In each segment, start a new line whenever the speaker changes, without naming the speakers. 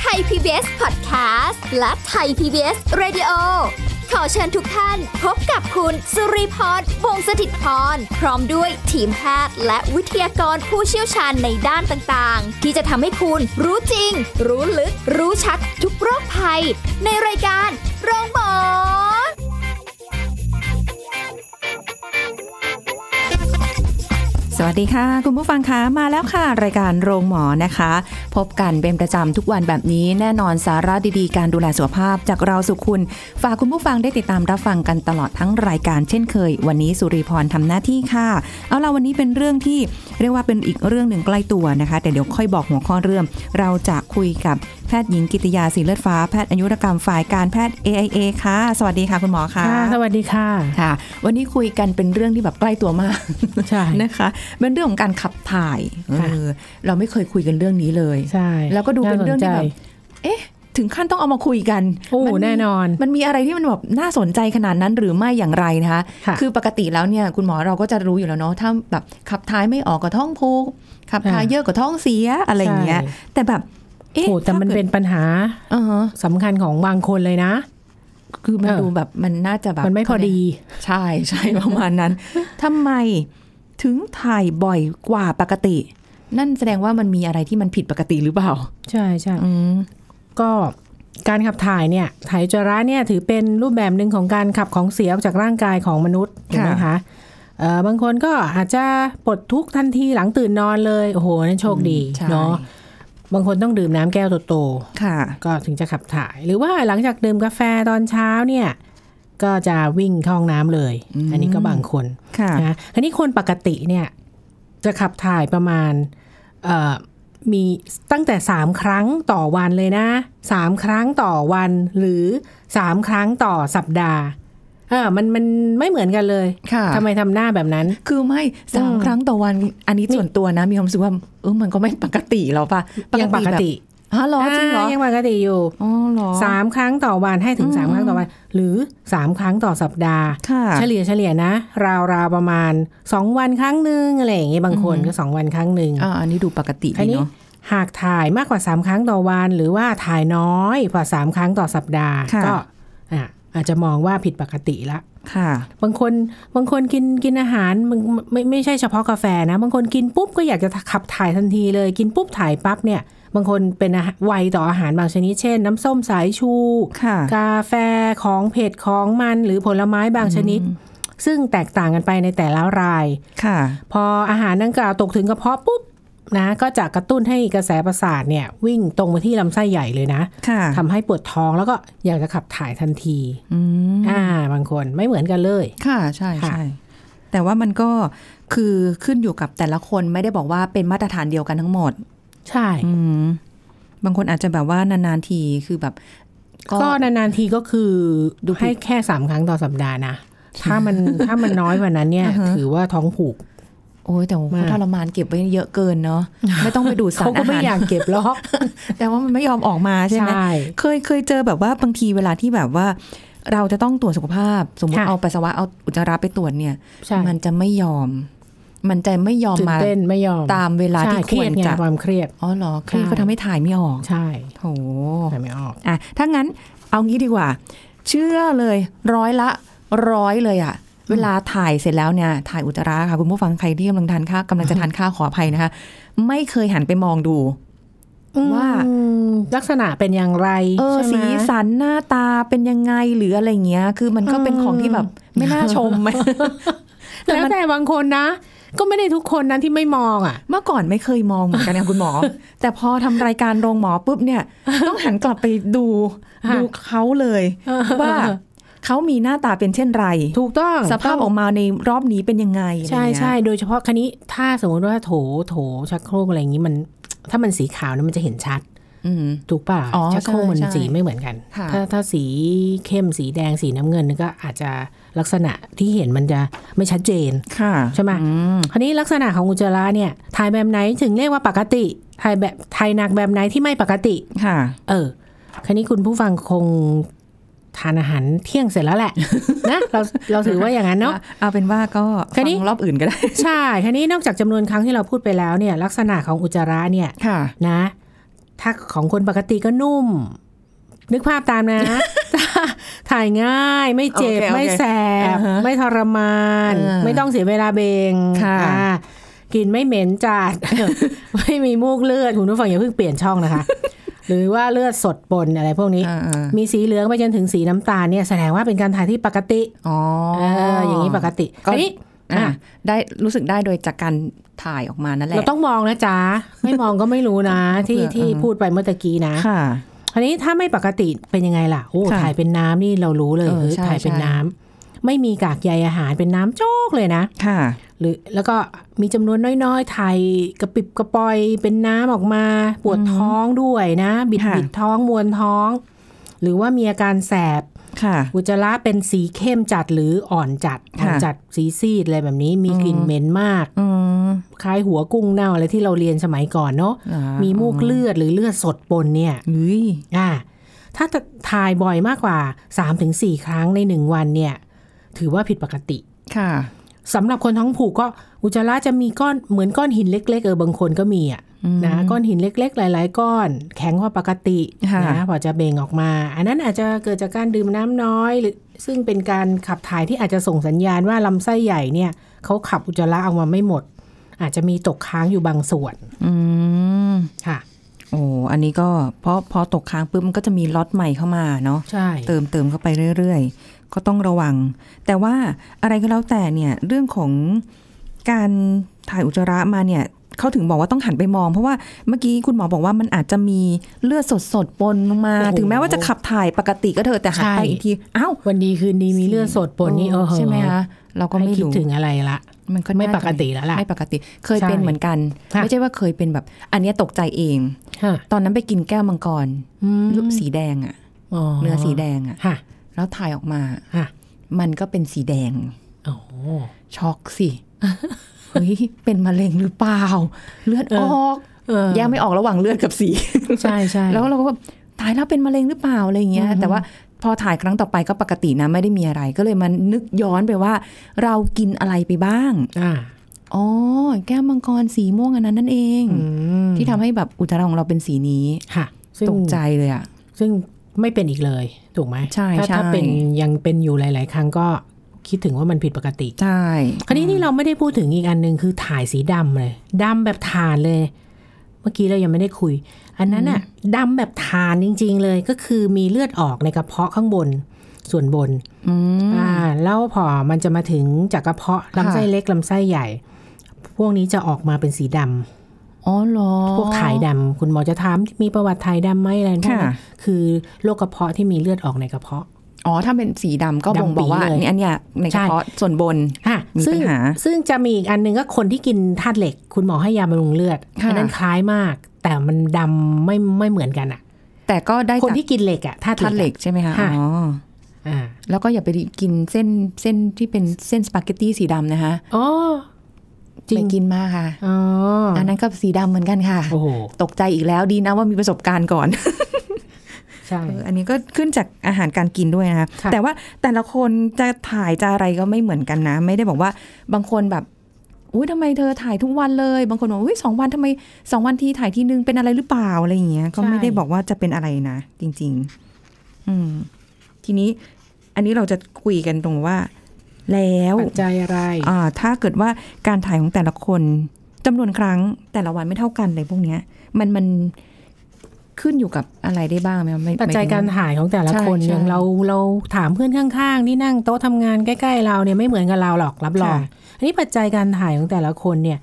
ไทย PBS Podcast และไทย PBS Radio ขอเชิญทุกท่านพบกับคุณสุริพรวงศสถิตพร พร้อมด้วยทีมแพทย์และวิทยากรผู้เชี่ยวชาญในด้านต่างๆ ที่จะทำให้คุณรู้จริง รู้ลึก รู้ชัดทุกโรคภัย ในรายการโรงพยาบาล
สวัสดีค่ะ คุณผู้ฟังคะมาแล้วค่ะ รายการโรงหมอนะคะ พบกันเป็นประจำทุกวันแบบนี้แน่นอนสาระดีๆ การดูแลสุขภาพจากเราสุขคุณ ฝากคุณผู้ฟังได้ติดตามรับฟังกันตลอดทั้งรายการเช่นเคย วันนี้สุริพรทำหน้าที่ค่ะ เอาล่ะวันนี้เป็นเรื่องที่เรียกว่าเป็นอีกเรื่องหนึ่งใกล้ตัวนะคะ แต่เดี๋ยวค่อยบอกหัวข้อเรื่อง เราจะคุยกับแพทย์หญิงกิติยาสีเลือดฟ้าแพทย์อายุรกรรมฝ่ายการแพทย์ AIA ค่ะ สวัสดีค่ะคุณหมอค่ะ
ค่ะสวัสดีค่ะ
ค่ะ วันนี้คุยกันเป็นเรื่องที่แบบใกล้ตัวมาก
ใช่
นะคะเป็นเรื่องของการขับถ่าย
ค่ะ
เออเราไม่เคยคุยกันเรื่องนี้เลย
ใช่
แล้วก็ดูเป็นเรื่องที่แบบ
าสนใจ
เอ๊ะ ถึงขั้นต้องเอามาคุยกัน
โอ้
มัมี
แน่นอน
มันมีอะไรที่มันแบบน่าสนใจขนาดนั้นหรือไม่อย่างไรนะคะ
ค่ะ
อปกติแล้วเนี่ยคุณหมอเราก็จะรู้อยู่แล้วเนาะถ้าแบบขับถ่ายไม่ออกก็ท้องผูกขับถ่าย
อ่า
เยอะก็ท้องเสียอะไรอย่างเงี้ย
ใช่
แต่แบบเอ๊ะ
โอ้แต่มัน
ถ้ากิ
เป็
ด
นปัญหา
อ่าฮะ
สำคัญของบางคนเลยนะ
คือมัน
เออ
ดูแบบมันน่าจะแบบ
มันไม่พอดี
ใช่ ใช่ประมาณนั้นทำไมถึงถ่ายบ่อยกว่าปกติ นั่นแสดงว่ามันมีอะไรที่มันผิดปกติหรือเปล่า
ใช่ใช่
อืม
ก็การขับถ่ายเนี่ยถ่ายอุจจาระเนี่ยถือเป็นรูปแบบหนึ่งของการขับของเสียออกจากร่างกายของมนุษย์ถูกไหม
ค่ะ
คะเอ่อบางคนก็อาจจะปลดทุกข์ทันทีหลังตื่นนอนเลย โอ้โหนั่นโชคดี
ใช่
เนาะบางคนต้องดื่มน้ำแก้วโตๆ
ค่ะ
ก็ถึงจะขับถ่าย หรือว่าหลังจากดื่มกาแฟตอนเช้าเนี่ย ก็จะวิ่งเข้าห้องน้ำเลย
อืม
อันนี้ก็บางคน
ค่ะ
นะอันนี้คนปกติเนี่ย จะขับถ่ายประมาณเอ่อมีตั้งแต่ 3 ครั้งต่อวันเลยนะ 3 ครั้งต่อวันหรือ 3 ครั้งต่อสัปดาห์เออมันมันไม่เหมือนกันเลย
ค่ะ
ทำไมทำหน้าแบบนั้น
คือไม่สาม
อืม
ครั้งต่อวัน อันนี้ส่วนตัวนะ มีความรู้สึกว่าเออมันก็ไม่ปกติแล้วป่ะ
ยังปกติ
แบบอ๋อเหรอจริงเหรอ
อ่ายังปกติอยู่
อ๋อเหรอ
สามครั้งต่อวันให้ถึง
อืม
สามครั้งต่อวัน หรือสามครั้งต่อสัปดาห์
ค่ะ
เฉลี่ยเฉลี่ยนะราวราวๆประมาณสองวันครั้งหนึ่งอะไรอย่างเงี้ยบางคน
อืม
ก็สองวันครั้งหนึ่ง
อ่าอันนี้ดูปกติ
อั
ดี
นนี้
เนาะ
หากถ่ายมากกว่าสามครั้งต่อวัน หรือว่าถ่ายน้อยกว่าสามครั้งต่อสัปดาห์ก็อ่ะอาจจะมองว่าผิดปกติละ
ค่ะ
บางคนบางคนกินกินอาหารมันไม่ไม่ใช่เฉพาะกาแฟนะ บางคนกินปุ๊บก็อยากจะขับถ่ายทันทีเลยกินปุ๊บถ่ายปั๊บเนี่ย บางคนเป็นอาหารไวต่ออาหารบางชนิดเช่น น้ำส้มสายชู
ค่ะ
กาแฟของเผ็ดของมันหรือผลไม้บางชนิด ซึ่งแตกต่างกันไปในแต่ละราย
ค่ะ
พออาหารดังกล่าวตกถึงกระเพาะปุ๊บนะก็จะกระตุ้นให้กระแสประสาทเนี่ย วิ่งตรงไปที่ลำไส้ใหญ่เลยนะ
ค่ะ
ทำให้ปวดท้องแล้วก็อยากจะขับถ่ายทันที
อืม
อ่าบางคนไม่เหมือนกันเลย
ค่ะ ใช่
ค่ะ
ใช่แต่ว่ามันก็คือขึ้นอยู่กับแต่ละคนไม่ได้บอกว่าเป็นมาตรฐานเดียวกันทั้งหมด
ใช่
อืมบางคนอาจจะแบบว่านานๆทีคือแบบ
ก็นานๆทีก็คือ
ดูผิด
ให้แค่สามครั้งต่อสัปดาห์นะถ้ามัน ถ้ามันน้อยกว่านั้นเนี่ย
อ่าฮะ
ถือว่าท้องผูก
โอ้ยแต่ว่าเขา
มาก
ทรมานเก็บไว้เยอะเกินเนาะไม่ต้องไปดูดสาร
เขาก็
อา
ไม่
หาร
อยากเก็บล็อก
แต่ว่ามันไม่ยอมออกมาใช่ไหม
ใช่
เคยเคยเจอแบบว่าบางทีเวลาที่แบบว่า เราจะต้องตรวจสุขภาพ สมมติ
ค่ะ
เอาปัสสาวะเอาอุจจาระไปตรวจเนี่ย
ใช่
มันจะไม่ยอม มันจะไม่ยอม
ตื่น
มา
เต้นไม่ยอม
ตามเวลาที่
ใช่
ควร
เยดไง
จะ
ความเครียด
อ๋อเหรอเครียดก็ทำให้ถ่ายไม่ออก
ใช่
โห
ถ่ายไม่ออก
อ่ะถ้างั้นเอางี้ดีกว่า เชื่อเลย ร้อยละร้อยเลยอะเวลาถ่ายเสร็จแล้วเนี่ยถ่ายอุจจาระค่ะคุณผู้ฟังใครที่กำลังทานข้าวกำลังจะทานข้าวขออภัยนะคะ ไม่เคยหันไปมองดู ว่า
อืมลักษณะเป็นอย่างไร
เออ
ใช่ไหม
สีสันหน้าตาเป็นยังไงหรืออะไรเงี้ย คือมันก็เป็น
อืม
ของที่แบบไม่น่าชม แต่
แล้ว
มัน
แต่บางคนนะ ก็ไม่ได้ทุกคนนะที่ไม่มองอ่ะ
เมื่อก่อนไม่เคยมองเหมือนกันนะคุณหมอ แต่พอทำรายการโรงหมอปุ๊บเนี่ย ต้องหันกลับไปดู
ค่ะ
ดูเขาเลย ว่าเขามีหน้าตาเป็นเช่นไร
ถูกต้อง
สภาพออกมาในรอบนี้เป็นยังไงอะไรเงี้ย
ใช่ใช่โดยเฉพาะคันนี้ถ้าสมมติว่าโถโถชักโครกอะไรอย่างนี้มัน ถ้ามันสีขาวนะมันจะเห็นชัด
อืม
ถูกป่ะ
อ๋อ
ชักโครกมัน
ใช่
สีไม่เหมือนกัน
ค่ะ
ถ้าถ้าสีเข้มสีแดงสีน้ำเงินนี่ก็อาจจะลักษณะที่เห็นมันจะไม่ชัดเจน
ค่ะ
ใช่ไหม
อืม
คราวนี้ลักษณะของอุจจาระเนี่ยถ่ายแบบไหนถึงเรียกว่าปกติถ่ายแบบถ่ายหนักแบบไหนที่ไม่ปกติ
ค่ะ
เออ คราวนี้คุณผู้ฟังคง ทานอาหารเที่ยงเสร็จแล้วแหละ นะเราเราถือว่าอย่างนั้นเนาะ
เอาเป็นว่าก็
แค่
ฟั
นี้
งรอบอื่นก็ได้
ใช่ทีนี้นอกจากจำนวนครั้งที่เราพูดไปแล้วเนี่ย ลักษณะของอุจจาระเนี่ย
ค่ะ
นะ ถ้าของคนปกติก็นุ่ม นึกภาพตามนะ ถ่ายง่ายไม่เจ็
โอ
บ
เคโอเค
ไม่แสบ
อ่าฮะ
ไม่ทรมาน
อ่า
ไม่ต้องเสียเวลาเบง
ค่ะ
อ่ากลินไม่เหม็นจัด ไม่มีมูกเลือด คุณผู้ฟังอย่าเพิ่งเปลี่ยนช่องนะคะ หรือว่าเลือดสดปนอะไรพวกนี้
อ่าๆ
มีสีเหลืองไปจนถึงสีน้ำตาลเนี่ยแสดงว่าเป็นการถ่ายที่ปกติ
อ๋อ
เอออย่างนี้ปกติ
ก็
อันนี้
อ่ะ
อ่ะ
ได้รู้สึกได้โดยจากการถ่ายออกมานั่นแหละ
เราต้องมองนะจ๊ะ ไม่มองก็ไม่รู้นะ ที่
เผื่อ
ที่
อืม
พูดไปเมื่อตะกี้นะ
ค่ะ
อันนี้ถ้าไม่ปกติเป็นยังไงล่ะโอ้
ค่ะ
ถ่ายเป็นน้ำนี่เรารู้เลย
เออ
เฮ้ย
ใช่
ถ่ายเป็น
ใช่
น้ำไม่มีกากใยอาหารเป็นน้ำโจกเลยนะ
ค่ะ
หรือแล้วก็มีจำนวนน้อยๆถ่ายกระปิบกระปอยเป็นน้ำออกมา ปวดท้องด้วยนะ บิด
ค่ะ
บิดท้องมวนท้อง หรือว่ามีอาการแสบ
ค่ะ
อุจจาระเป็นสีเข้มจัดหรืออ่อนจัดอ่อน
ค่ะ
จัดสีซีดอะไรแบบนี้มีกลิ่นเหม็นมาก
อืม
คล้ายหัวกุ้งเน่าอะไรที่เราเรียนสมัยก่อนเนาะ
อ่า
มีมูกเลือดหรือเลือดสดปนเนี่ย
เฮ้ย
อ่า ถ้าถ่ายบ่อยมากกว่า 3-4 ครั้งใน 1 วันเนี่ย ถือว่าผิดปกติ
ค่ะ
สำหรับคนท้องผูกก็อุจจาระจะมีก้อนเหมือนก้อนหินเล็ก ๆ เออบางคนก็มีอ่ะนะก้อนหินเล็ก ๆ หลาย ๆ ก้อน แข็งกว่าปกติ
ค่ะ
นะพอจะเบ่งออกมา อันนั้นอาจจะเกิดจากการดื่มน้ำน้อยหรือซึ่งเป็นการขับถ่ายที่อาจจะส่งสัญญาณว่าลำไส้ใหญ่เนี่ยเขาขับอุจจาระออกมาไม่หมด อาจจะมีตกค้างอยู่บางส่วน
อืม
ค่ะ
โอ้อันนี้ก็เพราะพอตกค้างปุ๊บมันก็จะมีล็อตใหม่เข้ามาเนาะ
ใช่
เติมเติมเข้าไปเรื่อยๆ ก็ต้องระวัง แต่ว่าอะไรก็แล้วแต่เนี่ย เรื่องของการถ่ายอุจจาระมาเนี่ย เขาถึงบอกว่าต้องหันไปมอง เพราะว่าเมื่อกี้คุณหมอบอกว่ามันอาจจะมีเลือดสดๆปนลงมา ถึงแม้ว่าจะขับถ่ายปกติก็เถอะแต่หันไปอีกทีอ้าว
วันดีคืนดีมีเลือดสดปนนี่เออเหอะ
ใช่ไหมคะเราก็ไม่
ให้คิด
รู้
ถึงอะไรละ
มันก็น่า
ไม่
จะ
ปกติแล้วล่ะ
ไม่ปกติ เคย
ใช่
เป็นเหมือนกัน
ค่ะ
ไม่ใช่ว่าเคยเป็นแบบ อันเนี้ยตกใจเอง
ค่ะ
ตอนนั้นไปกินแก้วมังกร
อืม
ลูกสีแดงอะเนื้อสีแดงอะ
ค่ะ
แล้วถ่ายออกมา
ค่ะ
มันก็เป็นสีแดง
โอ้
ช็อกสิ เฮ้ยเป็นมะเร็งหรือเปล่า เลือด
เอ
อ
อ
อก
เออ
แยกไม่ออกระหว่างเลือดกับสี
ใช่ใช่
แล้วเราก็แบบตายแล้วเป็นมะเร็งหรือเปล่าอะไรอย่างเงี้ย
อือฮึ
แต่ว่าพอถ่ายครั้งต่อไปก็ปกตินะไม่ได้มีอะไร ก็เลยมันนึกย้อนไปว่า เรากินอะไรไปบ้าง
อ่า
อ๋อ แก้วมังกรสีม่วงอันนั้นนั่นเอง ที่ทำให้แบบอุจจาระของเราเป็นสีนี้
ค่ะซึ่ง
ตกใจเลยอะ
ซึ่งไม่เป็นอีกเลย ถูกไหม
ใช่
ถ้า
ใช่
ถ้าเป็นยังเป็นอยู่หลาย ๆ ครั้งก็คิดถึงว่ามันผิดปกติ
ใช่
คราวนี้ที่เราไม่ได้พูดถึงอีกอันหนึ่งคือถ่ายสีดำเลยดำแบบถ่านเลย เมื่อกี้เรายังไม่ได้คุย อันนั้นอะดำแบบถ่านจริง ๆ เลยก็คือมีเลือดออกในกระเพาะข้างบนส่วนบน
อืม
อ่าแล้วพอมันจะมาถึงจากกระเพาะ
ค่ะ
ลำไส้เล็กลำไส้ใหญ่ พวกนี้จะออกมาเป็นสีดำ
อ๋อเหรอ
พวกถ่ายดำคุณหมอจะถามมีประวัติถ่ายดำไหมอะไรพวก
ค่ะ
นี้คือโรคกระเพาะที่มีเลือดออกในกระเพาะ
อ๋อถ้าเป็นสีดำก็บ่งบอกว่า
ดำปี๋เลย
เนี่ยอันเนี้ยในก
ใช่
ระเพาะส่วนบน
อ่ะ
มี
ซึ่ง
ปัญหา
ซึ่งจะมีอีกอันหนึงก็คนที่กินธาตุเหล็ก คุณหมอให้ยาบำรุงเลือด
ค่ะ
อันั้นคล้ายมาก แต่มันดำไม่ไม่เหมือนกันอ่ะ
แต่ก็ได้
คน
จาก
ที่กินเหล็กอ่ะธาตุ
ทานเห
เห
ล็
ล็
ก
ก
ใช่ไหมคะ
ค่ะ
อ๋อ
อ่า
แล้วก็อย่าไปกินเส้นเส้นที่เป็นเส้นสปาเกตตี้สีดำนะคะ
อ๋อจริ
ไป
ง
กินมาค่ะ
อ๋อ
อันนั้นก็สีดำเหมือนกันค่ะ
โอ้โห
ตกใจอีกแล้วดีนะว่ามีประสบการณ์ก่อน
ใช่
อันนี้ก็ขึ้นจากอาหารการกินด้วยนะคะ
ค่ะ
แต่ว่าแต่ละคนจะถ่ายจะอะไรก็ไม่เหมือนกันนะ ไม่ได้บอกว่าบางคนแบบอุ้ยทำไมเธอถ่ายทุกวันเลย บางคนบอกอุ้ยสองวันทำไมสองวันทีถ่ายทีนึงเป็นอะไรหรือเปล่าอะไรอย่างเงี้ยก็ไม่ได้บอกว่าจะเป็นอะไรนะ จริง ๆ อืม ทีนี้อันนี้เราจะคุยกันตรงว่า แล้ว
ปัจจัยอะไร
อ่าถ้าเกิดว่าการถ่ายของแต่ละคนจำนวนครั้งแต่ละวันไม่เท่ากันเลยพวกเนี้ย มันมันขึ้นอยู่กับอะไรได้บ้างไหมไม่
ปัจจัย
ไม่ถึง
การถ่ายของแต่ละ
ใช่
คน
ใช่
อย่างเราเราถามเพื่อนข้างๆที่นั่งโต๊ะทำงานใกล้ๆเราเนี่ยไม่เหมือนกับเราหรอกรับรอง อันนี้ปัจจัยการถ่ายของแต่ละคนเนี่ย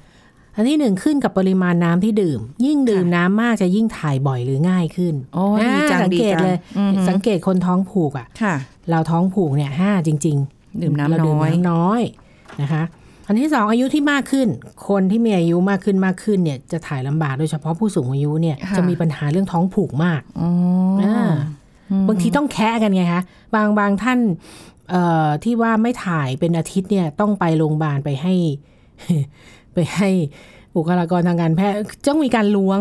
อันที่หนึ่งขึ้นกับปริมาณน้ำที่ดื่ม ยิ่งดื่มน้ำมากจะยิ่งถ่ายบ่อยหรือง่ายขึ้น
โอ้ยดีจัง
อ่าสัง
ดี
เกต
จัง
เลย
อืม
สังเกตคนท้องผูกอ่ะ
ค่ะ
เราท้องผูกเนี่ยห้าจริงๆ
ดื่มน้ำ
เรา
น้
ดื่ม
อย
น้ำน้อยนะคะ อันที่สองอายุที่มากขึ้น คนที่มีอายุมากขึ้นมากขึ้นเนี่ยจะถ่ายลำบากโดยเฉพาะผู้สูงอายุเนี่ย
ค่ะ
จะมีปัญหาเรื่องท้องผูกมาก
อ๋ออ
อ่าบางทีต้องแคะกันไงคะบางบางท่านเอ่อที่ว่าไม่ถ่ายเป็นอาทิตย์เนี่ยต้องไปโรงพยาบาลไปให้ ไปให้บุคลากรทางการแพทย์ต้องมีการล้วง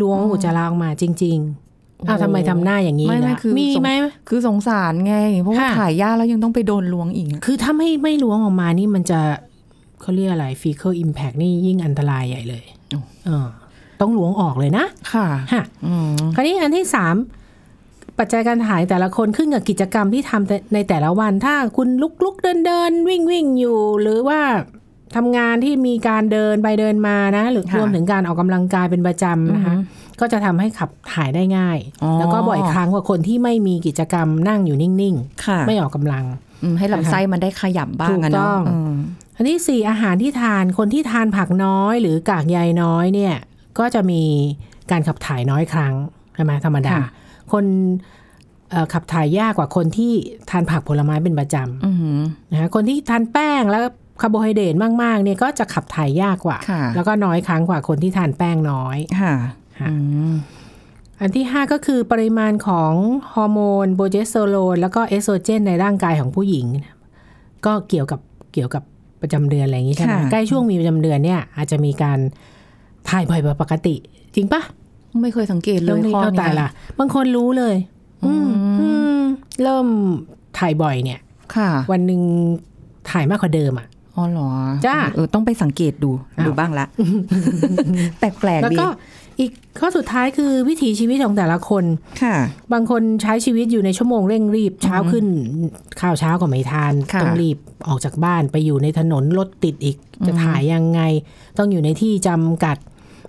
ล้วงอุจจาระออกมาจริง ๆ อ้าวทำไมทำหน้าอย่างนี้
ไม่ไม่
ล่ะ
คือ
มี
สง
ไหม
คือสงสารไง เพราะว่า
ค่ะ
ถ่ายยากแล้วยังต้องไปโดนล้วงอีกอะ
คือถ้าไม่ไม่ล้วงออกมานี่มันจะเขาเรียกอะไรฟีเคอร์อิมแพกนี่ยิ่งอันตรายใหญ่เลยเออต้องล้วงออกเลยนะ
ค่ะ
ฮะ
อืม
คราวนี้อันที่สามปัจจัยการถ่ายแต่ละคนขึ้นกับกิจกรรมที่ทำแต่ในแต่ละวัน ถ้าคุณลุกลุกเดินเดินวิ่งวิ่งอยู่ หรือว่าทำงานที่มีการเดินไปเดินมานะ หรือรวมถึงการออกกำลังกายเป็นประจำนะคะ ก็จะทำให้ขับถ่ายได้ง่าย แล้วก็บ่อยครั้งกว่าคนที่ไม่มีกิจกรรมนั่งอยู่นิ่ง
ค่ะ
ๆ ไม่ออกกำลัง
อืมให้ลำไส้มันได้ขยับบ้างอะ
ถูกต้
เนาะ
อง
อืม
อันที่สี่อาหารที่ทานคนที่ทานผักน้อย หรือกากใยน้อยเนี่ย ก็จะมีการขับถ่ายน้อยครั้งใช่ไหมธรรมดา คนเอ่อขับถ่ายยากกว่าคนที่ทานผักผลไม้เป็นประจ
อือหือ
ำนะคะคนที่ทานแป้งแล้วคาร์โบไฮเดรตมากๆเนี่ยก็จะขับถ่ายยากกว่า
ค่ะ
แล้วก็น้อยครั้งกว่าคนที่ทานแป้งน้อย
ค่ะ
ค่ะ
อืม
อันที่ 5 ก็คือปริมาณของฮอร์โมนโปรเจสเตอโรนแล้วก็เอสโตรเจนในร่างกายของผู้หญิง ก็เกี่ยวกับเกี่ยวกับประจำเดือนอะไรอย่างนี้ใช่ไหมใกล้ช่วงมีประจำเดือนเนี่ยอาจจะมีการถ่ายบ่อยกว่าปกติ จริงปะ
ไม่เคยสังเกตเล
เรื่อย งนี้
ข้อ
เข้าตา
เนี้ย
ละบางคนรู้เลย อืมอืมเริ่มถ่ายบ่อยเนี่ย
ค่ะ
วันหนึ่งถ่ายมากกว่าเดิมอ่ะ
อ๋อเหรอ
จ้า
เออต้องไปสังเกตดู
อ้าว
ดู บ้างละแปลก
แล้ว
ๆดี
ก็อีกข้อสุดท้ายคือวิถีชีวิตของแต่ละคน
ค่ะ
บางคนใช้ชีวิตอยู่ในชั่วโมงเร่งรีบเช้าขึ้นข้าวเช้าก็ไม่ทาน
ค่ะ
ต้องรีบออกจากบ้านไปอยู่ในถนนรถติดอีก จะ
อืม
ถ่ายยังไง ต้องอยู่ในที่จำกัด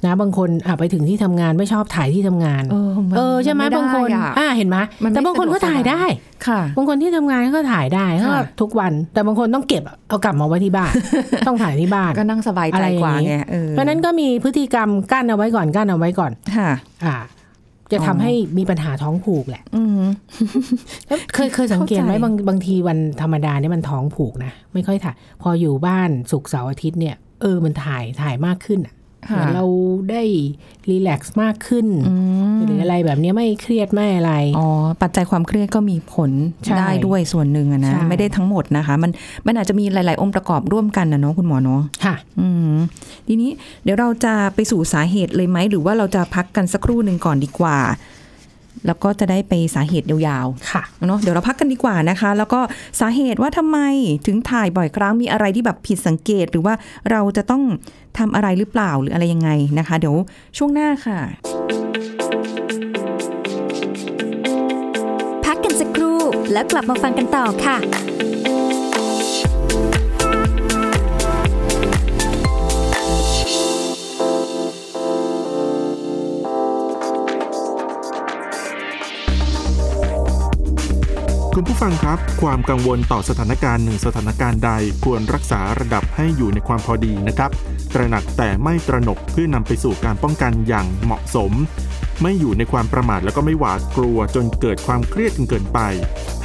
นะบางคนอ่ะไปถึงที่ทำงานไม่ชอบถ่ายที่ทำงาน
เออมัน
เอใช่ไหม
ด้
บางคน
อะ
อ่าเห็นไหม
มันไม่
แต่บางคนก็ถ่าย
สะดวกสบาย
ได้
ค่ะ
บางคนที่ทำงานก็ถ่ายได้ก็
ค่ะ
ทุกวัน แต่บางคนต้องเก็บเอากลับมาไว้ที่ บ้าน ต้องถ่ายที่บ้าน
ก็นั่งสบาย
อะ
ใจ
ไรอย่าง
กว่า
นี้
ไงเออ
เพราะฉะนั้นก็มีพฤติกรรมกั้นเอาไว้ก่อนกั้นเอาไว้ก่อน
ค่ะ
อ่า จะ
อ๋
ทำ
อ
ให้มีปัญหาท้องผูกแหละ
อืม
แล้วเคยเคยสังเกตไหม
เข้าใจ
บางบางทีวันธรรมดาเนี่ยมันท้องผูกนะไม่ค่อยถ่าย พออยู่บ้านศุกร์เสาร์อาทิตย์เนี่ยเออมันถ่ายถ่ายมากขึ้นอะเหมื
ค่ะ
อนเราได้รีแลกซ์มากขึ้น
อืม
หรืออะไรแบบเนี้ยไม่เครียดไม่อะไร
อ๋อ ปัจจัยความเครียดก็มีผล
ใช่
ได้ด้วยส่วนหนึ่งอะนะ
ใช่
ไม่ได้ทั้งหมดนะคะ มันมันอาจจะมีหลาย ๆ องค์ประกอบร่วมกันนะเนาะคุณหมอเนาะ
ค่ะ
อืมทีนี้เดี๋ยวเราจะไปสู่สาเหตุเลยไหม หรือว่าเราจะพักกันสักครู่หนึ่งก่อนดีกว่า แล้วก็จะได้ไปสาเหตุยาว
ค่ะ
ๆเนาะเดี๋ยวเราพักกันดีกว่านะคะ แล้วก็สาเหตุว่าทำไมถึงถ่ายบ่อยครั้งมีอะไรที่แบบผิดสังเกต หรือว่าเราจะต้องทำอะไรหรือเปล่าหรืออะไรยังไงนะคะ เดี๋ยวช่วงหน้าค่ะ
พักกันสักครู่แล้วกลับมาฟังกันต่อค่ะ
คุณผู้ฟังครับ ความกังวลต่อสถานการณ์หนึ่งสถานการณ์ใดควรรักษาระดับให้อยู่ในความพอดีนะครับ ตระหนักแต่ไม่ตระหนกเพื่อนำไปสู่การป้องกันอย่างเหมาะสม ไม่อยู่ในความประมาทแล้วก็ไม่หวาดกลัวจนเกิดความเครียดจนเกินไป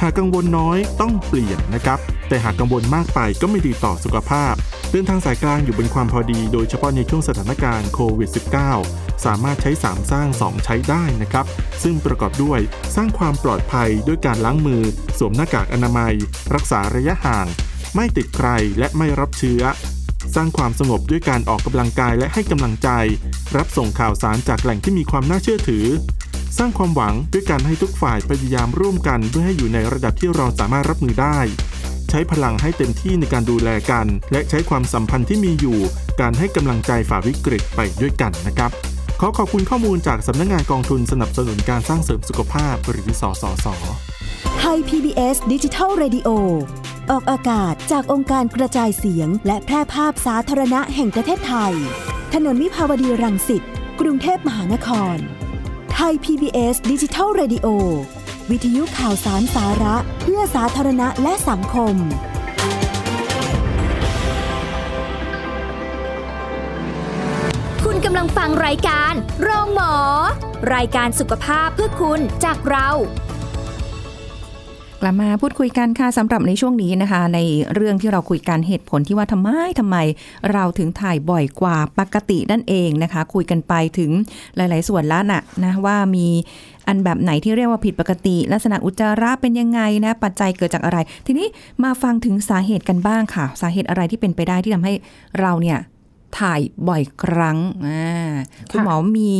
หากกังวลน้อยต้องเปลี่ยนนะครับ แต่หากกังวลมากไปก็ไม่ดีต่อสุขภาพ เดินทางสายกลางอยู่บนความพอดี โดยเฉพาะในช่วงสถานการณ์โควิด -19 สามารถใช้สามสร้าง 2 ใช้ได้นะครับ ซึ่งประกอบด้วยสร้างความปลอดภัยด้วยการล้างมือ สวมหน้ากากอนามัย รักษาระยะห่าง ไม่ติดใครและไม่รับเชื้อ สร้างความสงบด้วยการออกกำลังกายและให้กำลังใจ รับส่งข่าวสารจากแหล่งที่มีความน่าเชื่อถือ สร้างความหวังด้วยการให้ทุกฝ่ายพยายามร่วมกันเพื่อให้อยู่ในระดับที่เราสามารถรับมือได้ ใช้พลังให้เต็มที่ในการดูแลกัน และใช้ความสัมพันธ์ที่มีอยู่ การให้กำลังใจฝ่าวิกฤตไปด้วยกันนะครับ ขอขอบคุณข้อมูลจากสำนักงานกองทุนสนับสนุนการสร้างเสริมสุขภาพหรือสสส
ไทย PBS ดิจิทัล Radio ออกอากาศจากองค์การกระจายเสียง และแพร่ภาพสาธารณะแห่งประเทศไทย ถนนมิภาวดีรังสิต กรุงเทพมหานคร ไทย PBS ดิจิทัล Radio วิทยุข่าวสารสาระเพื่อสาธารณะและสังคม
คุณกำลังฟังรายการ โรงหมอ รายการสุขภาพเพื่อคุณจากเรา
กลับมาพูดคุยกันค่ะสำหรับในช่วงนี้นะคะ ในเรื่องที่เราคุยกันเหตุผลที่ว่าทำไมทำไม เราถึงถ่ายบ่อยกว่าปกตินั่นเองนะคะ คุยกันไปถึงหลาย ๆ ส่วนแล้วน่ะนะว่ามีอันแบบไหนที่เรียกว่าผิดปกติ ลักษณะอุจจาระเป็นยังไงนะปัจจัยเกิดจากอะไร ทีนี้มาฟังถึงสาเหตุกันบ้างค่ะ สาเหตุอะไรที่เป็นไปได้ที่ทำให้เราเนี่ย ถ่ายบ่อยครั้งอ่าคุณหมอมี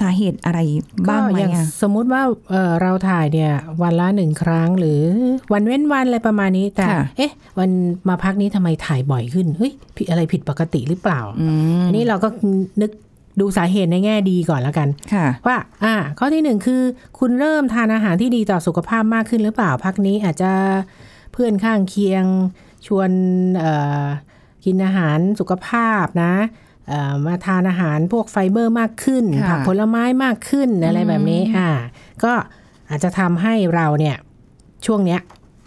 สาเหตุอะไรบ้างไหม
ก็อย่
อะ
สมมุติว่าเอ่อเราถ่ายเนี่ยวันละหนึ่งครั้งหรือวันเว้นวันอะไรประมาณนี้แต่ เอ๊ะ วันมาพักนี้ทำไมถ่ายบ่อยขึ้นเฮ้ยผิดอะไรผิดปกติหรือเปล่า
อืม
อันนี้เราก็นึกดูสาเหตุในแง่ดีก่อนแล้วกัน
ค่ะ
ว่าอ่าข้อที่หนึ่งคือ คุณเริ่มทานอาหารที่ดีต่อสุขภาพมากขึ้นหรือเปล่าพักนี้อาจจะเพื่อนข้างเคียงชวนเอ่อกินอาหารสุขภาพนะเอ่อมาทานอาหารพวกไฟเบอร์มากขึ้น
ค่ะ
ผักผลไม้มากขึ้นอะไร
อืม
แบบนี้อ่าก็อาจจะทำให้เราเนี่ยช่วงเนี้ย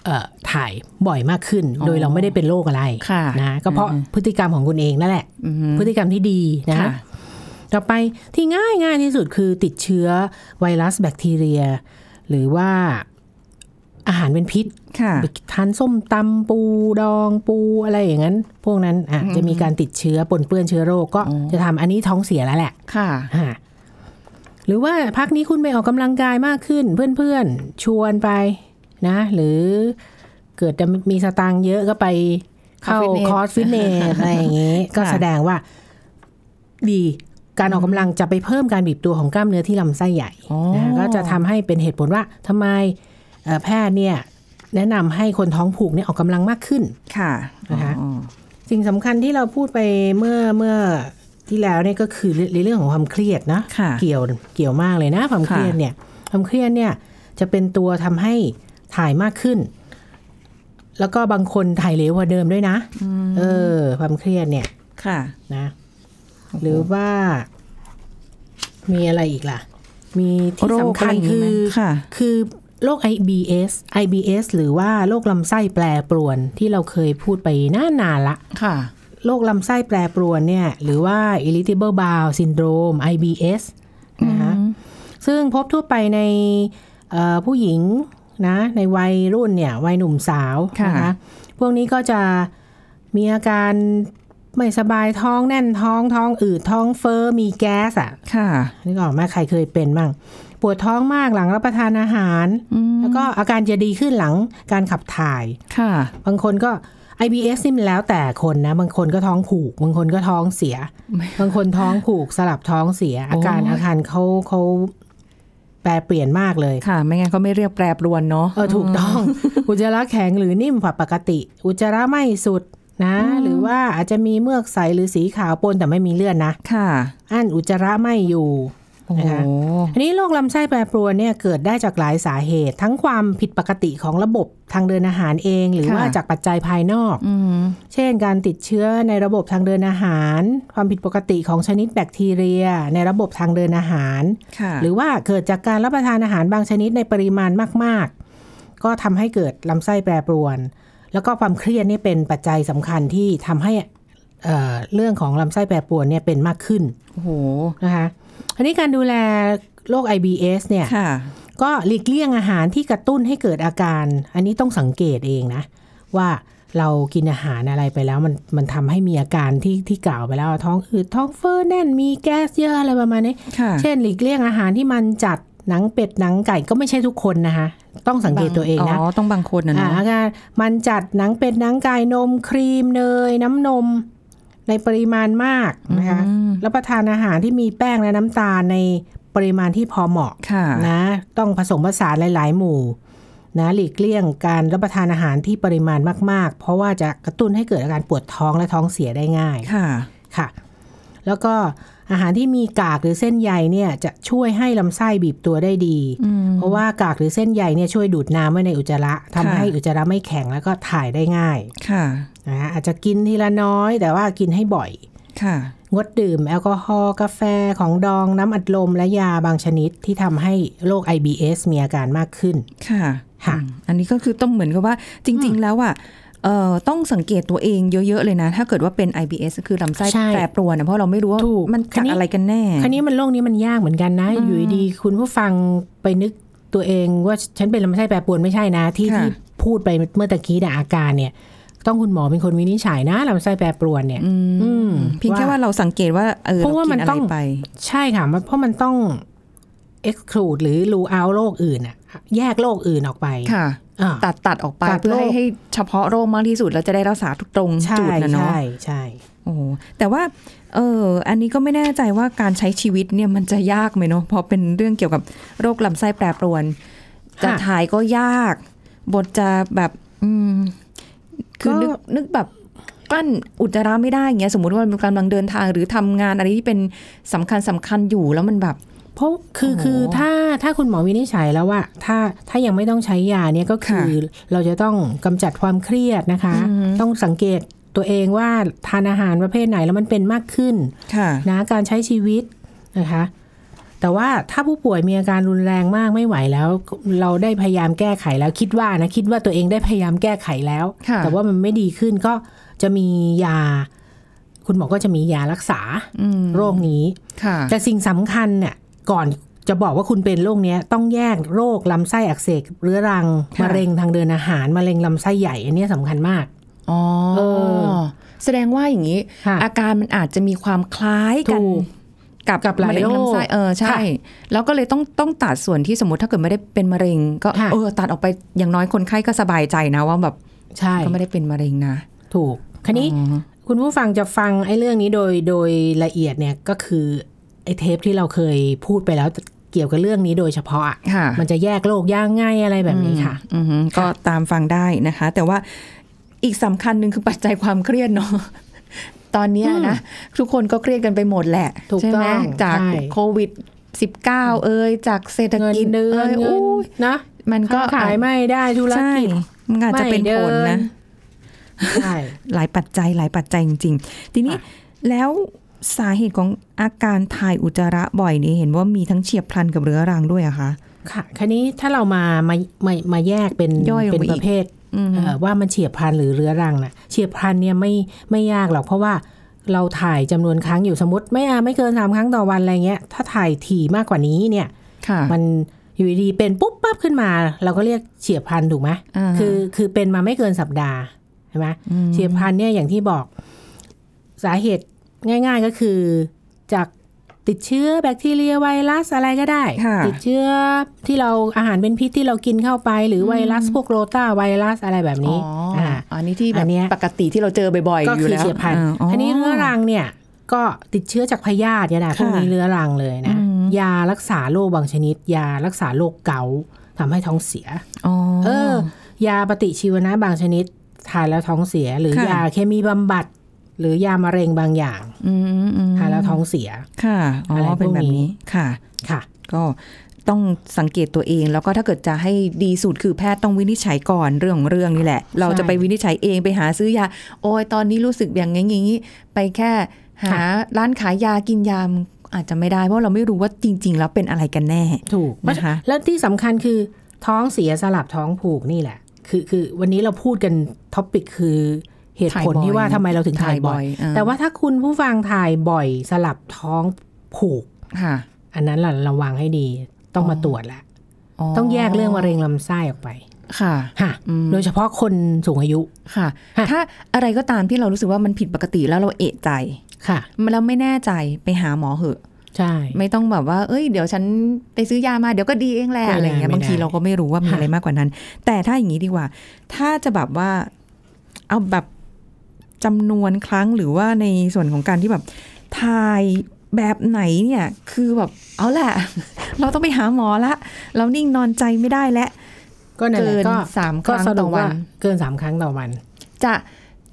เอ่อถ่ายบ่อยมากขึ้น โดยเราไม่ได้เป็นโรคอะไร
ค่ะ
นะก็เพราะ
อืม
พฤติกรรมของคุณเองนั่นแหละ
อืม
พฤติกรรมที่ดีนะ
ค่ะ
ต่อไปที่ง่ายง่ายที่สุดคือติดเชื้อไวรัสแบคทีเรีย หรือว่าอาหารเป็นพิษ
ค่ะ
ไปทานส้มตำปูดองปูอะไรอย่างนั้น พวกนั้นอ่ะจะมีการติดเชื้อปนเปื้อนเชื้อโรคก็
อ๋อ
จะทำอันนี้ท้องเสียแล้วแหละ
ค่ะ
ฮะหรือว่าพักนี้คุณไปออกกำลังกายมากขึ้น เพื่อนๆชวนไปนะ หรือเกิดจะมีสตางค์เยอะก็ไปเข้า
เข้าฟิตเนส
คอร์สฟิต เนสอะไรอย่างนี้ ก็แสดงว่า ดีการออกกำลังจะไปเพิ่มการบีบตัวของกล้ามเนื้อที่ลำไส้ใหญ่
อ๋อ
นะก็จะทำให้เป็นเหตุผลว่าทำไมเอ่อแพทย์เนี่ยแนะนำให้คนท้องผูกเนี่ยออกกำลังมากขึ้น
ค่ะ
นะคะ
อ๋อ
สิ่งสำคัญที่เราพูดไปเมื่อเมื่อที่แล้วเนี่ยก็คือในเรื่องของความเครียดนะ
ค่ะ
เกี่ยวเกี่ยวมากเลยนะ ความเครียด
ค่ะ
เนี่ยความเครียดเนี่ยจะเป็นตัวทำให้ถ่ายมากขึ้น แล้วก็บางคนถ่ายเร็วกว่าเดิมด้วยนะเออ ความเครียดเนี่ย
ค่ะ
นะ หรือว่า มีอะไรอีกล่ะ มีที่
โรค
สำคั
อะ
ญ
ไรอย่างงี้
คื
ไหม
อ
ค่ะ
คือโรค IBS IBS หรือว่าโรคลำไส้แปรปรวนที่เราเคยพูดไปนานนานๆละ
ค่ะ
โรคลำไส้แปรปรวนเนี่ย หรือว่า irritable bowel syndrome IBS นะคะซึ่งพบทั่วไปในเอ่อผู้หญิงนะ ในวัยรุ่นเนี่ย วัยหนุ่มสาวนะ
ค่ะ
คะพวกนี้ก็จะมีอาการไม่สบายท้องแน่นท้องท้องอืดท้องเฟอ้อมีแก๊สอ่ะ
ค่ะ
นึกออกไหมใครเคยเป็นบ้าง ปวดท้องมากหลังรับประทานอาหาร
อืม
แล้วก็อาการจะดีขึ้นหลังการขับถ่าย
ค่ะ
บางคนก็ IBS นี่มันแล้วแต่คนนะ บางคนก็ท้องผูก บางคนก็ท้องเสีย บางคนท้องผูกสลับท้องเสีย อาการ
โอ้ย
อาการเขาเขาแปรเปลี่ยนมาก เลย
ค่ะ ไม่งั้นก็ไม่เรียกแปรปรวนเนาะ
เออถูก ต้อง อุจจาระแข็งหรือนิ่มกว่าปกติ อุจจาระไม่สุดนะ หรือว่าอาจจะมีเมือกใสหรือสีขาวปนแต่ไม่มีเลือดนะ
ค่ะ
อั้นอุจจาระไม่อยู่
โอ้
นะ
โห
คะอันนี้โรคลำไส้แปรปรวนเนี่ยเกิดได้จากหลายสาเหตุ ทั้งความผิดปกติของระบบทางเดินอาหารเอง หรือว่าจากปัจจัยภายนอก
อืม
เช่น การติดเชื้อในระบบทางเดินอาหาร ความผิดปกติของชนิดแบคทีเรีย ในระบบทางเดินอาหาร
ค่ะ
หรือว่าเกิดจากการรับประทานอาหารบางชนิดในปริมาณมาก ๆ ก็ทำให้เกิดลำไส้แปรปรวน แล้วก็ความเครียดนี่เป็นปัจจัยสำคัญที่ทำให้เอ่อเรื่องของลำไส้แปรปรวนเนี่ยเป็นมากขึ้น
โอ้โห
นะคะอันนี้การดูแลโรค IBS เนี่ย
ค่ะ
ก็หลีกเลี่ยงอาหารที่กระตุ้นให้เกิดอาการ อันนี้ต้องสังเกตเองนะ ว่าเรากินอาหารอะไรไปแล้ว มันมันทำให้มีอาการที่ที่กล่าวไปแล้ว ท้องอืดท้องเฟ้อแน่นมีแก๊สเยอะอะไรประมาณนี้
ค่ะ
เช่นหลีกเลี่ยงอาหารที่มันจัดหนังเป็ดหนังไก่ก็ไม่ใช่ทุกคนนะคะต้องสังเกตตัวเองนะ
อ๋อ ต้องบางคนนะ
อ่า
เนาะ
อาการมันจัดหนังเป็ดหนังไก่นมครีมเนยน้ำนม ในปริมาณมากนะคะ
อืม
รับประทานอาหารที่มีแป้งและน้ำตาลในปริมาณที่พอเหมาะ
ค่ะ
นะต้องผสมผสานหลาย ๆ หมู่นะหลีกเลี่ยงการรับประทานอาหารที่ปริมาณมาก ๆ เพราะว่าจะกระตุ้นให้เกิดอาการปวดท้องและท้องเสียได้ง่าย
ค่ะ
ค่ะ แล้วก็อาหารที่มีกากหรือเส้นใยเนี่ยจะช่วยให้ลำไส้บีบตัวได้ดี
อืม
เพราะว่ากากหรือเส้นใยเนี่ยช่วยดูดน้ำไว้ในอุจจาระทำ
ค่ะ
ให้อุจจาระไม่แข็งแล้วก็ถ่ายได้ง่าย
ค่ะ
นะอาจจะกินทีละน้อยแต่ว่ากินให้บ่อย
ค่ะ
งดดื่มแอลกอฮอล์กาแฟของดองน้ำอัดลม และยาบางชนิดที่ทำให้โรค IBS มีอาการมากขึ้น
ค่ะ
ค่ะ
อืมอันนี้ก็คือต้องเหมือนกับว่าจริง ๆ แล้วอ่ะเอ่อต้องสังเกตตัวเองเยอะ ๆ เลยนะ ถ้าเกิดว่าเป็น IBS ก็คือลำไส้
ใช่
แปรปรวนนะเพราะเราไม่รู้ว่า
ถูก
มัน
คัน
จาก
นี้
อะไรกันแน่
คราวนี้มันโรคนี้มันยากเหมือนกันนะ อยู่ดีๆคุณผู้ฟังไปนึกตัวเองว่าฉันเป็นลำไส้แปรปรวนไม่ใช่นะ ที่
ค่ะ
ที่พูดไปเมื่อตะกี้นะอาการเนี่ย ต้องคุณหมอเป็นคนวินิจฉัยนะลำไส้แปรปรวนเนี่ย
อืม
อืม
เพียงแค่
ว่า
ว่าเราสังเกตว่าเออ
เพราะว่า
เรา
มั
กินอะ
น
ไร
ต้อง
ไป
ใช่ค่ะมันเพราะมันต้อง exclude หรือ rule out โรคอื่นอะแยกโรคอื่นออกไป
ค่ะ
อ่า
ตัดตัดออกไป
ตัด
เพื่อให้
โรค
ให้เฉพาะโรคมากที่สุดแล้วจะได้รักษาทุกตรง
ใช่
จุดนะเนาะ
ใช่ใช่
โอ้โหแต่ว่าเอออันนี้ก็ไม่แน่ใจว่าการใช้ชีวิตเนี่ยมันจะยากไหมเนาะเพราะเป็นเรื่องเกี่ยวกับโรคลำไส้แปรปรวน จะ
ค่ะ
ถ่ายก็ยาก บทจะแบบอืมคือนึกนึกแบบกลั้นอุจจาระไม่ได้อย่างเงี้ยสมมติว่ามันกำลังเดินทางหรือทำงานอะไรที่เป็นสำคัญสำคัญอยู่แล้วมันแบบ
เพราะคือ
โอ้โห
คือถ้าถ้าคุณหมอวินิจฉัยแล้วว่า ถ้าถ้ายังไม่ต้องใช้ยาเนี่ยก็คือ เราจะต้องกำจัดความเครียดนะคะ
อือหือ
ต้องสังเกตตัวเองว่าทานอาหารประเภทไหนแล้วมันเป็นมากขึ้น
ค่ะ
นะการใช้ชีวิตนะคะ แต่ว่าถ้าผู้ป่วยมีอาการรุนแรงมากไม่ไหวแล้ว เราได้พยายามแก้ไขแล้วคิดว่านะคิดว่าตัวเองได้พยายามแก้ไขแล้ว
ค่ะ
แต่ว่ามันไม่ดีขึ้นก็จะมียา คุณหมอก็จะมียารักษา
อืม
โรคนี้
ค่ะ
แต่สิ่งสำคัญเนี่ยก่อนจะบอกว่าคุณเป็นโรคเนี้ยต้องแยกโรคลำไส้อักเสบเรื้อรังมะเร็งทางเดินอาหารมะเร็งลำไส้ใหญ่อันเนี้ยสำคัญมาก
อ๋อ
เออ
แสดงว่าอย่างนี้
ค่ะ
อาการมันอาจจะมีความคล้ายกัน
ถูก
กับ
กับหลาย
มะเร็งลำไส้
โรค
เออใช่
ค่ะ
แล้วก็เลยต้องต้องตัดส่วนที่สมมติถ้าเกิดไม่ได้เป็นมะเร็ง ก็
ค่ะ
เออตัดออกไปอย่างน้อยคนไข้ก็สบายใจนะว่าแบบ
ใช่
ก็ไม่ได้เป็นมะเร็งนะ
ถูกคันนี้
อ๋อ
คุณผู้ฟังจะฟังไอ้เรื่องนี้โดยโดยละเอียดเนี่ยก็คือไอ้เทปที่เราเคยพูดไปแล้วเกี่ยวกับเรื่องนี้โดยเฉพาะอะ
ค่ะ
มันจะแยกโรคย่างง่ายอะไรแบบนี้ค่ะ
อืมอืมก็ตามฟังได้นะคะ แต่ว่าอีกสำคัญหนึ่งคือปัจจัยความเครียดเนาะ ตอนเนี้ยนะ ทุกคนก็เครียดกันไปหมดแหละ
ถูก
ใช่ไหม
ต้อง
จาก
ใช่
โควิด -19 เอ่ยจากเศรษฐ
เงิน
กิจ
เดือน
ย
เงิน
อุ๊ย
นะ
มันก็
ค้าขายไม่ได้ธุร
ใช่
กิจ
มันอาจจะเป็นผลนะ
ใช่
หลายปัจจัยหลายปัจจัยจริงๆ ทีนี้
ค่ะ
แล้วสาเหตุของอาการถ่ายอุจจาระบ่อยนี่เห็นว่ามีทั้งเฉียบพลันกับเรื้อรังด้วยเหรอะคะ
ค่ะคันนี้ถ้าเรามามามามาแยกเป็น
ย่อยลง
เป็น
ไปอีก
ประเภท
อืม
เอ่อว่ามันเฉียบพลันหรือเรื้อรังน่ะเฉียบพลันเนี่ยไม่ไม่ยากหรอกเพราะว่าเราถ่ายจำนวนครั้งอยู่สมมติไม่อะไม่เกินสามครั้งต่อวันอะไรเงี้ยถ้าถ่ายถี่มากกว่านี้เนี่ย
ค่ะ
มันอยู่ดีๆเป็นปุ๊บปั๊บขึ้นมา เราก็เรียกเฉียบพลันถูกไหม
อ่า
คือคือเป็นมาไม่เกินสัปดาห์ใช่ไหมเฉียบพลันเนี่ยอย่างที่บอกสาเหตุง่าย ๆก็คือจากติดเชื้อแบคทีเรียไวรัสอะไรก็ได้
ค่ะ
ติดเชื้อที่เราอาหารเป็นพิษที่เรากินเข้าไป หรือไวรัสพวกโรต้าไวรัสอะไรแบบ
อ๋อ
นี้
อ่
า
อันนี้ที่แบ
อั
บ
นเนี้ย
ปกติที่เราเจอบ่อยๆ
ก็
อยู่
คือ
แล้ว
เฉียบพลัน
อ๋อ
ทีนี้เรื้อรังเนี่ยก็ติดเชื้อจากพยาธิเนี่ยนะ
ค่ะ
พวกนี้เรื้อรังเลยนะ
อืม
ยารักษาโรคบางชนิด ยารักษาโรคเกาต์ทำให้ท้องเสีย
อ๋อ
เออ ยาปฏิชีวนะบางชนิดทานแล้วท้องเสีย หรือ
ค่ะ
ยาเคมีบำบัด หรือยามะเร็งบางอย่าง
อืมอืม
ทานแล้วท้องเสีย
ค่ะอ๋ออะไร
พวกนี้
เป็นแบบนี้ค่ะ
ค่ะ
ก็ต้องสังเกตตัวเอง แล้วก็ถ้าเกิดจะให้ดีสุดคือแพทย์ต้องวินิจฉัยก่อนเรื่องของเรื่องนี่แหละ เราจะไปวินิจฉัยเองไปหาซื้อยา โอ้ยตอนนี้รู้สึกอย่างงี้อย่างงี้ไปแค่หา
ค่ะ
ร้านขายยากินยามอาจจะไม่ได้ เพราะเราไม่รู้ว่าจริง ๆ แล้วเป็นอะไรกันแน่
ถูก
นะคะ
แล้วที่สำคัญคือท้องเสียสลับท้องผูกนี่แหละ คือคือวันนี้เราพูดกันท็อปิกคือเหตุผลที่ว่าทำไมเราถึงถ่ายบ่อย
เ
แต่ว่าถ้าคุณผู้ฟังถ่ายบ่อยสลับท้องผูก
ค่ะ
อันนั้นล่ะระวังให้ดีต้องมาตรวจแล้วต้องแยกเรื่องมะเร็งลำไส้ออกไป
ค่ะ
ค่ะ
อืม
โดยเฉพาะคนสูงอายุ
ค่ะ
ฮะ
ถ้าอะไรก็ตามที่เรารู้สึกว่ามันผิดปกติแล้วเราเอะใจ
ค่ะ
แล้วไม่แน่ใจไปหาหมอเหอะ
ใช่
ไม่ต้องแบบว่า เอ้ย เดี๋ยวฉันไปซื้อยามา เดี๋ยวก็ดีเองแหละ
ไม่ได้
อะไรอย่างเงี้ย
ไม่ได้
บางทีเราก็ไม่รู้ว่ามี
ค่ะ
อะไรมากกว่านั้น แต่ถ้าอย่างนี้ดีกว่า ถ้าจะแบบว่า เอาแบบจำนวนครั้งหรือว่าในส่วนของการที่แบบทายแบบไหนเนี่ย คือแบบ เอาแหละ เราต้องไปหาหมอละ เรานิ่งนอนใจไม่ได้และ
ก็นั่นแห
เกิ
ละ
น
ก็
สามค
ก็
รั้ง
สรุ
ต่อ
ป
วั
ว่าน เกินสามครั้งต่อวัน
จะ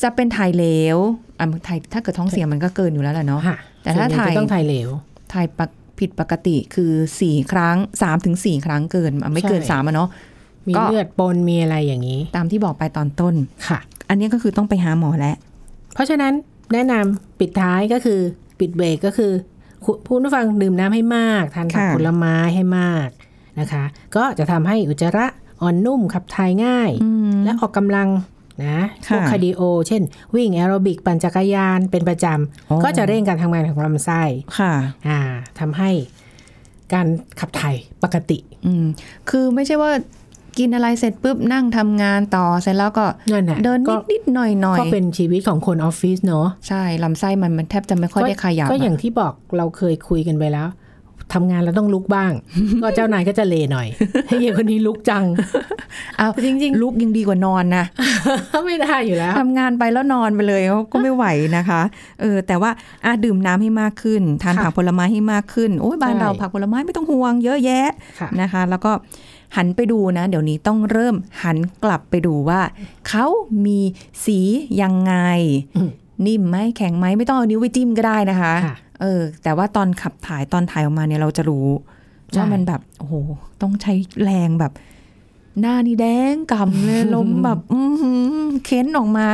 จะเป็นถ่ายเหลวอ่ะถ่ายถ้าเกิดท้องเสียมันก็เกินอยู่แล้วแหละเนาะ
ค่ะ
แต่ถ้า
ส่วนใหญ่
ถ่าย
จะต้องถ่ายเหลว
ถ่ายปกผิดปกติคือสี่ครั้งสามถึงสี่ครั้งเกินอ่ะไม่เกิน
ใช่
สามอะเนาะ
มี
ก็
เลือดปนมีอะไรอย่างนี้
ตามที่บอกไปตอนต้น
ค่ะ
อันนี้ก็คือต้องไปหาหมอแล้ว
เพราะฉะนั้นแนะนำปิดท้ายก็คือปิดเบรกก็คือคุณผู้ฟังดื่มน้ำให้มาก ทานผัก
ค่ะ
ผลไม้ให้มากนะคะ ก็จะทำให้อุจจาระอ่อนนุ่มขับถ่ายง่าย
อืม
และออกกำลังนะพ
ค่ะ
วกคาร์ดิโอ เช่น วิ่งแอโรบิกปั่นจักรยานเป็นประจำก็จะเร่งการทำงานของลำไส้
ค่ะ
อ่าทำให้การขับถ่ายปกติ
อืม คือไม่ใช่ว่ากินอะไรเสร็จปุ๊บนั่งทำงานต่อเสร็จแล้วก็
นั่นแหละ
เดินนิ
ก็
ดนิดๆหน่อยหน่อย
ก็เป็นชีวิตของคนออฟฟิศเนาะ
ใช่ลำไส้มันมันแทบจะไม่ค่อยได้ขยับ
ก็อย่าง
อะ
ที่บอกเราเคยคุยกันไปแล้ว ทำงานแล้วต้องลุกบ้าง ก็เจ้านายก็จะเลหน่อย ให้เยคนนี้ลุกจัง
เอา
จริง
ลุกยังดีกว่านอนนะ
ๆ ไม่ได้อยู่แล้ว
ทำงานไปแล้วนอนไปเลยเขาก็ไม่ไหวนะคะเออแต่ว่าอาดื่มน้ำให้มากขึ้น ทาน
ค่ะ
ผักผลไม้ให้มากขึ้นโอ้ยบ้าน
ใช่
เราผักผลไม้ไม่ต้องห่วงเยอะแยะ
ค่ะ
นะคะ แล้วก็หันไปดูนะ เดี๋ยวนี้ต้องเริ่มหันกลับไปดูว่า เขามีสียังไง
อืม
นิ่มไหมแข็งไหมไม่ต้องเอานิ้วไปจิ้มก็ได้นะคะ
ค่ะ
เออแต่ว่าตอนขับถ่ายตอนถ่ายออกมาเนี่ยเราจะรู้
ใช่
ว่ามันแบบโอ้โหต้องใช้แรงแบบ หน้านี่แดงกำ เลยลมแบบอื้อหือเค้นออกมา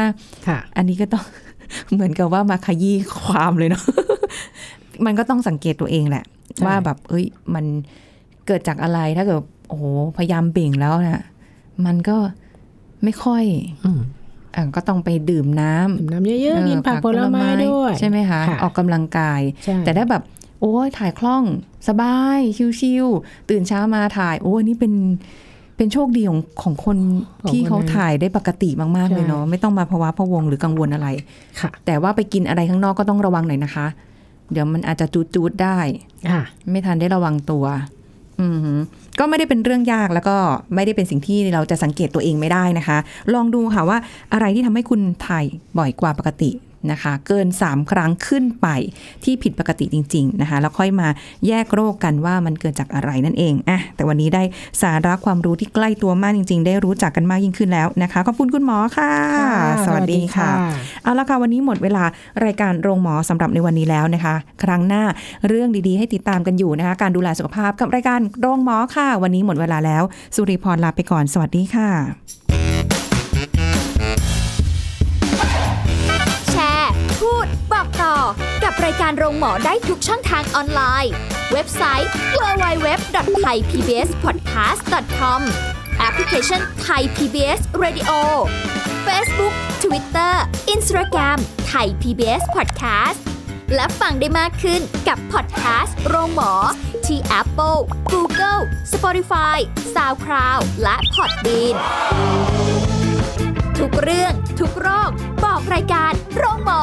ค่ะ
อันนี้ก็ต้อง เหมือนกับว่ามาขยี้ความเลยเนาะ มันก็ต้องสังเกตตัวเองแหละ
ใช่
ว่าแบบ เอ้ย มันเกิดจากอะไรถ้าเกิดโอ้โหพยายามเบ่งแล้วนะมันก็ไม่ค่อย
อืม
อะก็ต้องไปดื่มน้ำ
ดื่มน้ำเยอะๆกินผักผลไม้ด้วย
ใช่ไหมคะ
ค่ะ
ออกกำลังกาย
ใช่
แต่ถ้าแบบ โอ้ยถ่ายคล่องสบายชิวๆตื่นเช้ามาถ่าย โอ้อันนี้เป็นเป็นโชคดีของของคนที่เขาถ่ายได้ปกติมากๆเลยเนาะไม่ต้องมาภาวะพะวงหรือกังวลอะไร
ค่ะ
แต่ว่าไปกินอะไรข้างนอกก็ต้องระวังหน่อยนะคะ เดี๋ยวมันอาจจะจูดจูดๆได้
ค่ะ
ไม่ทันได้ระวังตัว อือหือก็ไม่ได้เป็นเรื่องยากแล้วก็ไม่ได้เป็นสิ่งที่เราจะสังเกตตัวเองไม่ได้นะคะ ลองดูค่ะว่าอะไรที่ทำให้คุณถ่ายบ่อยกว่าปกตินะคะ เกิน 3 ครั้งขึ้นไปที่ผิดปกติจริง ๆนะคะ แล้วค่อยมาแยกโรคกันว่ามันเกิดจากอะไรนั่นเองอะแต่วันนี้ได้สาระความรู้ที่ใกล้ตัวมากจริง ๆ ได้รู้จักกันมากยิ่งขึ้นแล้วนะคะขอบคุณคุณหมอค่ะ สวัสดีค่ะ เอาละค่ะ วันนี้หมดเวลารายการโรงหมอสำหรับในวันนี้แล้วนะคะ ครั้งหน้าเรื่องดีๆ ให้ติดตามกันอยู่นะคะ การดูแลสุขภาพกับรายการโรงหมอค่ะ วันนี้หมดเวลาแล้ว สุริพรลาไปก่อนสวัสดีค่ะ
แชร์ พูด บอกต่อ กับรายการโรงหมอได้ทุกช่องทางออนไลน์ เว็บไซต์ www.thaipbspodcast.com แอปพลิเคชัน Thai PBS Radio Facebook Twitter Instagram Thai PBS Podcast และฟังได้มากขึ้นกับพอดแคสต์โรงหมอ ที่ Apple, Google, Spotify, SoundCloud และ Podbean ทุกเรื่องทุกโรค บอกรายการโรงหมอ